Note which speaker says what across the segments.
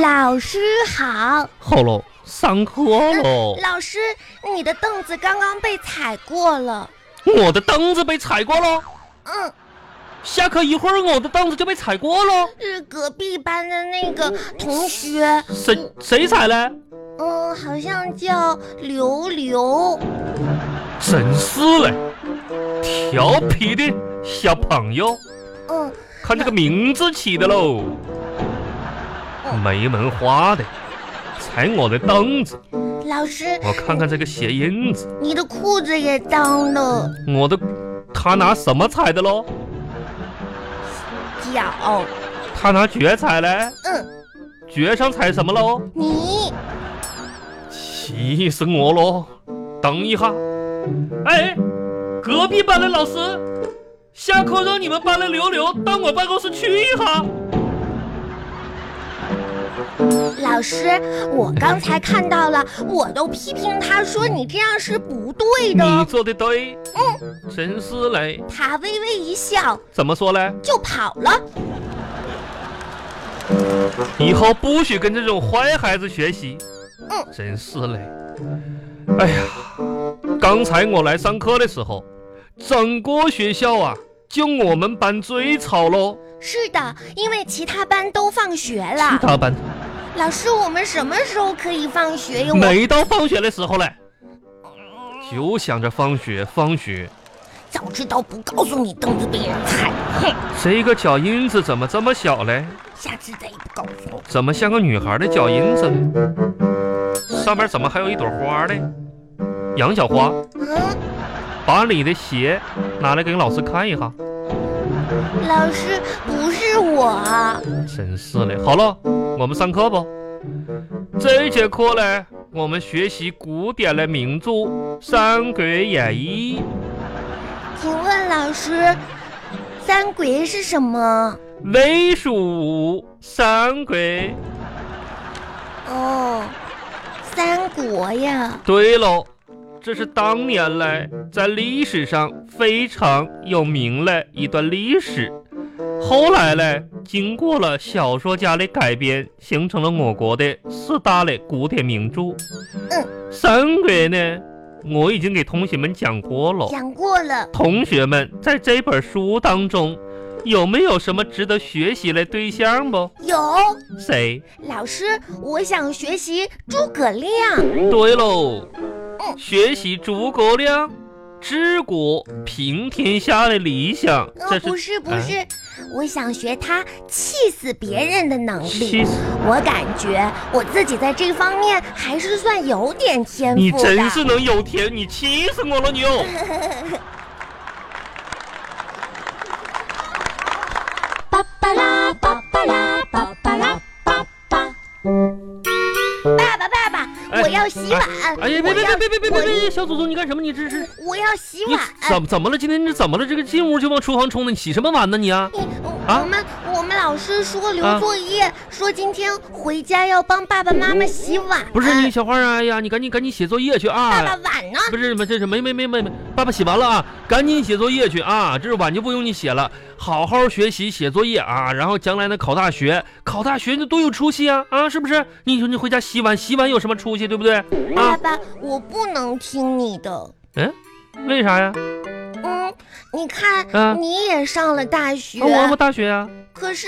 Speaker 1: 老师好，
Speaker 2: 好喽，上课喽。
Speaker 1: 老师，你的凳子刚刚被踩过了。
Speaker 2: 我的凳子被踩过喽，
Speaker 1: 嗯，
Speaker 2: 下课一会儿我的凳子就被踩过喽。
Speaker 1: 是隔壁班的那个同学，
Speaker 2: 谁谁踩嘞？
Speaker 1: 嗯，好像叫刘刘。
Speaker 2: 真是嘞，调皮的小朋友，
Speaker 1: 嗯，
Speaker 2: 看这个名字起的喽，没文化的，踩我的凳子。
Speaker 1: 老师，
Speaker 2: 我看看这个鞋印子，
Speaker 1: 你的裤子也脏了，
Speaker 2: 我的，他拿什么踩的喽？
Speaker 1: 脚。
Speaker 2: 他拿脚踩嘞，
Speaker 1: 嗯，
Speaker 2: 脚上踩什么喽？
Speaker 1: 你
Speaker 2: 气死我喽！等一下，哎，隔壁班的老师，下课让你们班的刘刘到我办公室去一下。
Speaker 1: 老师，我刚才看到了，我都批评他说你这样是不对
Speaker 2: 你
Speaker 1: 的。
Speaker 2: 做的对，嗯，真是嘞。
Speaker 1: 他微微一笑
Speaker 2: 怎么说嘞？
Speaker 1: 就跑了。
Speaker 2: 以后不许跟这种坏孩子学习。
Speaker 1: 嗯，
Speaker 2: 真是嘞。哎呀，刚才我来上课的时候，整个学校啊，就我们班最吵喽。
Speaker 1: 是的，因为其他班都放学
Speaker 2: 其
Speaker 1: 了。
Speaker 2: 他班
Speaker 1: 老师，我们什么时候可以放学呀？我
Speaker 2: 没到放学的时候嘞，就想着放学放学。
Speaker 1: 早知道不告诉你凳子被人踩，
Speaker 2: 这个脚印子怎么这么小嘞？
Speaker 1: 下次再也不告诉我。
Speaker 2: 怎么像个女孩的脚印子嘞？上面怎么还有一朵花嘞？杨小花，
Speaker 1: 嗯，
Speaker 2: 把你的鞋拿来给老师看一下。
Speaker 1: 老师，不是我，
Speaker 2: 真是嘞。好了，我们上课吧。这一节课嘞，我们学习古典的名著《三国演义
Speaker 1: 请问老师，三鬼是什么？》，
Speaker 2: 魏蜀吴三国。
Speaker 1: 哦，三国呀。
Speaker 2: 对喽，这是当年来在历史上非常有名的一段历史。后来嘞，经过了小说家的改编，形成了我国的四大类古典名著。
Speaker 1: 嗯，
Speaker 2: 三国呢，我已经给同学们讲过了。
Speaker 1: 讲过了，
Speaker 2: 同学们，在这本书当中，有没有什么值得学习的对象不？
Speaker 1: 有
Speaker 2: 谁？
Speaker 1: 老师，我想学习诸葛亮。
Speaker 2: 对喽，
Speaker 1: 嗯
Speaker 2: 学习诸葛亮治国平天下的理想，
Speaker 1: 呃，
Speaker 2: 这
Speaker 1: 不
Speaker 2: 是
Speaker 1: 是不
Speaker 2: 啊
Speaker 1: 是，我想学他气死别人的能力。
Speaker 2: 气死
Speaker 1: 我感觉我自己在这方面还是算有点天赋
Speaker 2: 你
Speaker 1: 的。
Speaker 2: 真是能有天，你气死我了你哦！
Speaker 3: 巴巴拉巴巴拉巴巴拉巴巴。
Speaker 1: 爸爸爸爸，
Speaker 2: 哎
Speaker 1: 我要洗碗。
Speaker 2: 哎呀，别
Speaker 1: 我
Speaker 2: 别
Speaker 1: 要
Speaker 2: 别别别别别
Speaker 1: 我
Speaker 2: 别！小祖宗，你干什么？你这是
Speaker 1: 我要洗
Speaker 2: 你
Speaker 1: 碗。
Speaker 2: 怎么怎么了？今天你怎么了？这个进屋就往厨房冲呢？你洗什么碗呢你啊？
Speaker 1: 嗯
Speaker 2: 啊
Speaker 1: 我们我们老师说留
Speaker 2: 啊
Speaker 1: 作业，说今天回家要帮爸爸妈妈洗碗。
Speaker 2: 不是你小花啊哎呀，你赶紧赶紧写作业去啊！
Speaker 1: 呃爸爸碗呢？
Speaker 2: 不是不是这是没没没没没，爸爸写完了啊，赶紧写作业去啊！这是晚就不用你写了，好好学习写作业啊，然后将来呢考大学，考大学那多有出息啊啊，是不是？你说你回家洗碗，洗碗有什么出息，对不对？
Speaker 1: 爸
Speaker 2: 啊，
Speaker 1: 爸，我不能听你的。
Speaker 2: 嗯，为啥呀？
Speaker 1: 嗯，你看，
Speaker 2: 啊
Speaker 1: 你也上了大学。
Speaker 2: 啊我我大学呀、
Speaker 1: 可是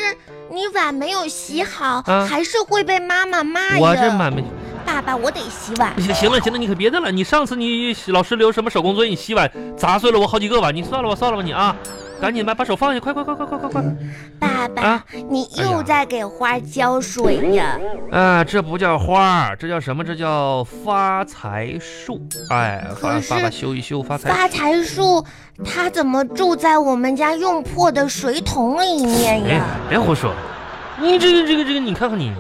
Speaker 1: 你碗没有洗好，
Speaker 2: 啊
Speaker 1: 还是会被妈妈骂呀。
Speaker 2: 我这满没
Speaker 1: 爸爸，我得洗碗。
Speaker 2: 行行了行了，你可别的了，你上次你老师留什么手工作业，你洗碗砸碎了我好几个碗，你算了吧算了吧你啊，赶紧吧，把手放下，快快快快快快快！
Speaker 1: 爸爸，
Speaker 2: 啊
Speaker 1: 你
Speaker 2: 哎
Speaker 1: 又
Speaker 2: 呀
Speaker 1: 在给花浇水呀？
Speaker 2: 啊，这不叫花儿，这叫什么？这叫发财树。哎，
Speaker 1: 可
Speaker 2: 把
Speaker 1: 是
Speaker 2: 把把修一修，发财。
Speaker 1: 发财树它怎么住在我们家用破的水桶里面
Speaker 2: 哎
Speaker 1: 呀？，
Speaker 2: 别胡说！你这个这个这个，你看看你，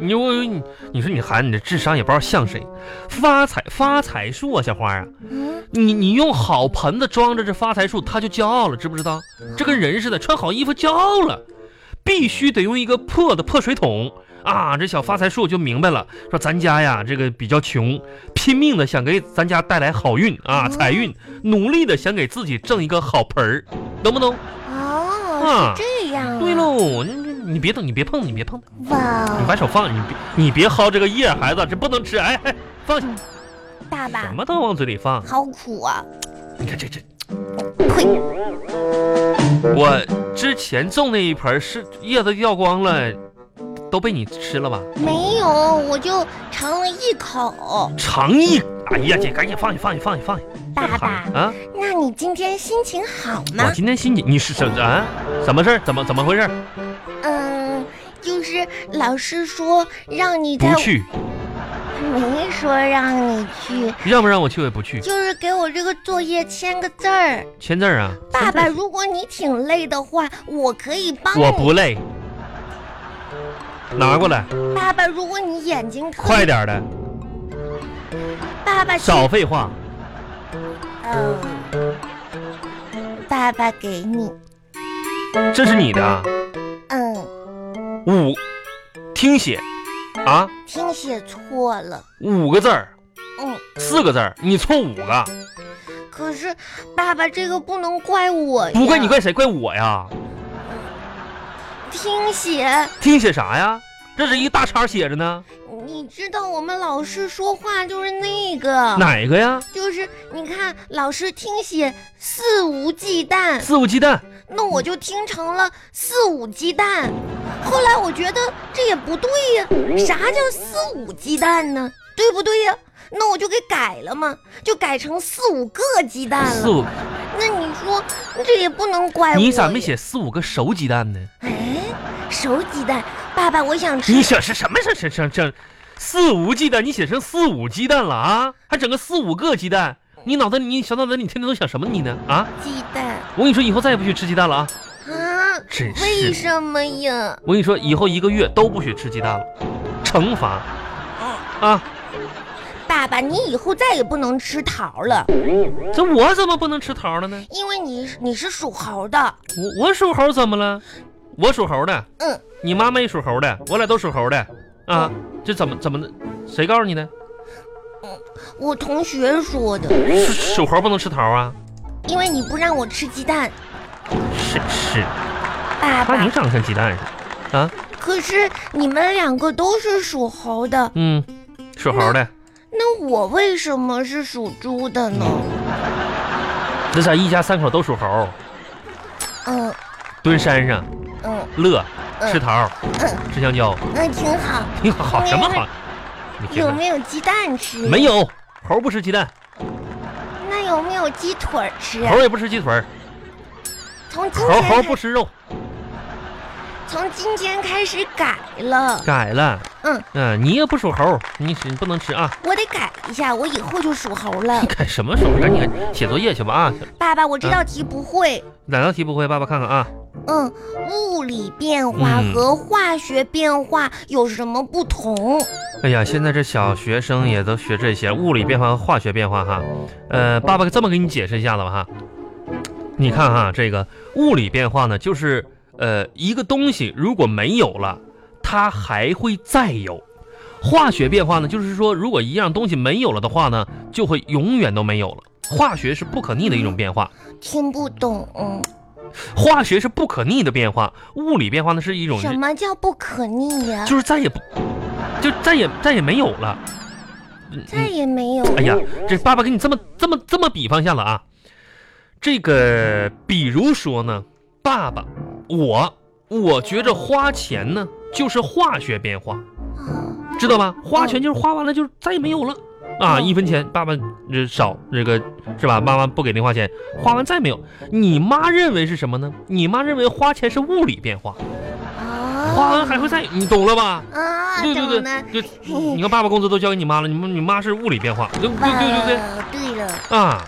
Speaker 2: 你我你你说你喊你这智商也不知道像谁。发财发财树啊，小花啊，
Speaker 1: 嗯，
Speaker 2: 你你用好盆子装着这发财树，它就骄傲了，知不知道？
Speaker 1: 嗯
Speaker 2: 这跟人似的，穿好衣服骄傲了，必须得用一个破的破水桶啊！这小发财树就明白了，说咱家呀这个比较穷，拼命的想给咱家带来好运啊
Speaker 1: 嗯
Speaker 2: 财运，努力的想给自己挣一个好盆儿，懂不懂？
Speaker 1: 哦，
Speaker 2: 啊
Speaker 1: 是这样、啊。
Speaker 2: 对。喽，你你你别动，你别碰，你别碰
Speaker 1: 嗯
Speaker 2: 它，你
Speaker 1: 哇，
Speaker 2: 把手放，你别你别薅这个叶儿，孩子，这不能吃，哎，哎放
Speaker 1: 嗯
Speaker 2: 下，
Speaker 1: 爸爸
Speaker 2: 什么都往嘴里放，
Speaker 1: 好苦啊！
Speaker 2: 你看这这。
Speaker 1: 呸，
Speaker 2: 我之前种那一盆是叶子掉光了，都被你吃了吧？
Speaker 1: 没有，我就尝了一口。
Speaker 2: 尝一，哎呀，姐，赶紧放下，放下，放下，放下！
Speaker 1: 爸爸，
Speaker 2: 啊，
Speaker 1: 那你今天心情好
Speaker 2: 我
Speaker 1: 吗？
Speaker 2: 今天心情你是什啊？什么事儿？怎么怎么回事？
Speaker 1: 嗯，就是老师说让你在
Speaker 2: 不，去，
Speaker 1: 没说让你去，
Speaker 2: 让不让我去我也不去，
Speaker 1: 就是给我这个作业签个字儿。
Speaker 2: 签字儿啊！
Speaker 1: 爸爸，如果你挺累的话，我可以帮
Speaker 2: 我
Speaker 1: 你。
Speaker 2: 不累，拿过来，
Speaker 1: 爸爸，如果你眼睛疼，
Speaker 2: 快点儿的，
Speaker 1: 爸爸去
Speaker 2: 少废话。
Speaker 1: 嗯，爸爸给你，
Speaker 2: 这是你的啊，
Speaker 1: 嗯，
Speaker 2: 五，听写，啊，
Speaker 1: 听写错了，
Speaker 2: 五个字儿，
Speaker 1: 嗯，
Speaker 2: 四个字儿，你错五个，
Speaker 1: 可是爸爸这个不能怪我呀，
Speaker 2: 不怪你怪谁？怪我呀？
Speaker 1: 听写，
Speaker 2: 听写啥呀？这是一大叉写着呢，
Speaker 1: 你知道我们老师说话就是那个，
Speaker 2: 哪个呀？
Speaker 1: 就是你看老师听写肆无忌惮，
Speaker 2: 肆无忌惮，
Speaker 1: 那我就听成了肆无忌惮，后来我觉得这也不对呀，啥叫肆无忌惮呢？对不对呀？那我就给改了嘛，就改成四五个鸡蛋了。
Speaker 2: 四五，
Speaker 1: 那你说这也不能哎怪我。
Speaker 2: 你咋没？写四五个熟鸡蛋呢？
Speaker 1: 哎，熟鸡蛋，爸爸，我想
Speaker 2: 你
Speaker 1: 吃。
Speaker 2: 写是什么是是是这肆无忌惮？你写成四五鸡蛋了啊？还整个四五个鸡蛋？你脑子里你小脑袋里天天都想什么你呢？啊！
Speaker 1: 鸡蛋
Speaker 2: 我跟你说，以后再也不许吃鸡蛋了啊！
Speaker 1: 啊？
Speaker 2: 真是
Speaker 1: 为什么呀？
Speaker 2: 我跟你说，以后一个月都不许吃鸡蛋了，惩罚啊！
Speaker 1: 爸爸，你以后再也不能吃桃了，
Speaker 2: 这我怎么不能吃桃了呢？
Speaker 1: 因为你是你是属猴的。
Speaker 2: 我我属猴怎么了？我属猴的，
Speaker 1: 嗯，
Speaker 2: 你妈妈也属猴的，我俩都属猴的啊！这怎么怎么的？谁告诉你的？
Speaker 1: 我同学说的，
Speaker 2: 属属猴不能吃桃啊？
Speaker 1: 因为你不让我吃鸡蛋。
Speaker 2: 是是，
Speaker 1: 爸
Speaker 2: 看
Speaker 1: 爸
Speaker 2: 你，长得像鸡蛋似的啊！
Speaker 1: 可是你们两个都是属猴的，
Speaker 2: 嗯，属猴的，
Speaker 1: 那我为什么是属猪的呢？
Speaker 2: 那咱一家三口都属猴，
Speaker 1: 嗯
Speaker 2: 蹲山上
Speaker 1: 嗯
Speaker 2: 乐，
Speaker 1: 嗯
Speaker 2: 吃桃，
Speaker 1: 嗯，
Speaker 2: 吃香蕉，
Speaker 1: 那挺好。
Speaker 2: 你好什么好？你听
Speaker 1: 有
Speaker 2: 着
Speaker 1: 没有鸡蛋吃？
Speaker 2: 没有，猴不吃鸡蛋，
Speaker 1: 那有没有鸡腿儿吃啊？
Speaker 2: 猴也不吃鸡腿儿，
Speaker 1: 从今
Speaker 2: 猴
Speaker 1: 天
Speaker 2: 猴
Speaker 1: 开
Speaker 2: 不吃肉，
Speaker 1: 从今天开始改了，
Speaker 2: 改了。
Speaker 1: 嗯
Speaker 2: 你也不属猴，你是你不能吃啊！
Speaker 1: 我得改一下，我以后就属猴了
Speaker 2: 你。改什么时候？赶紧写作业去吧啊！
Speaker 1: 爸爸，我这道题不会。
Speaker 2: 哪道题不会？爸爸看看啊！
Speaker 1: 嗯，物理变化
Speaker 2: 嗯
Speaker 1: 和化学变化有什么不同？
Speaker 2: 哎呀，现在这小学生也都学这些物理变化和化学变化哈。呃，爸爸这么给你解释一下子吧哈。你看哈，这个物理变化呢，就是呃一个东西如果没有了，它还会再有。化学变化呢，就是说如果一样东西没有了的话呢，就会永远都没有了。化学是不可逆的一种变化，
Speaker 1: 听不懂。
Speaker 2: 化学是不可逆的变化，物理变化呢是一种
Speaker 1: 什么叫不可逆呀、
Speaker 2: 就是再也不就再也再也没有了。嗯
Speaker 1: 再也没有。
Speaker 2: 哎呀，这爸爸给你这么这么这么比方一下了啊，这个比如说呢，爸爸，我我觉着花钱呢就是化学变化，
Speaker 1: 啊
Speaker 2: 知道吧？花钱就是花完了就再也没有了啊，
Speaker 1: 嗯
Speaker 2: 一分钱爸爸这少这个是吧？妈妈不给零花钱，花完再没有。你妈认为是什么呢？你妈认为花钱是物理变化，
Speaker 1: 啊！
Speaker 2: 花完还会再，你懂了吧？
Speaker 1: 啊，
Speaker 2: 对
Speaker 1: 懂
Speaker 2: 对
Speaker 1: 了。
Speaker 2: 对，就
Speaker 1: 嗯
Speaker 2: 你看爸爸工资都交给你妈了，你们你妈是物理变化，对对对对
Speaker 1: 呃哇对了，
Speaker 2: 对啊，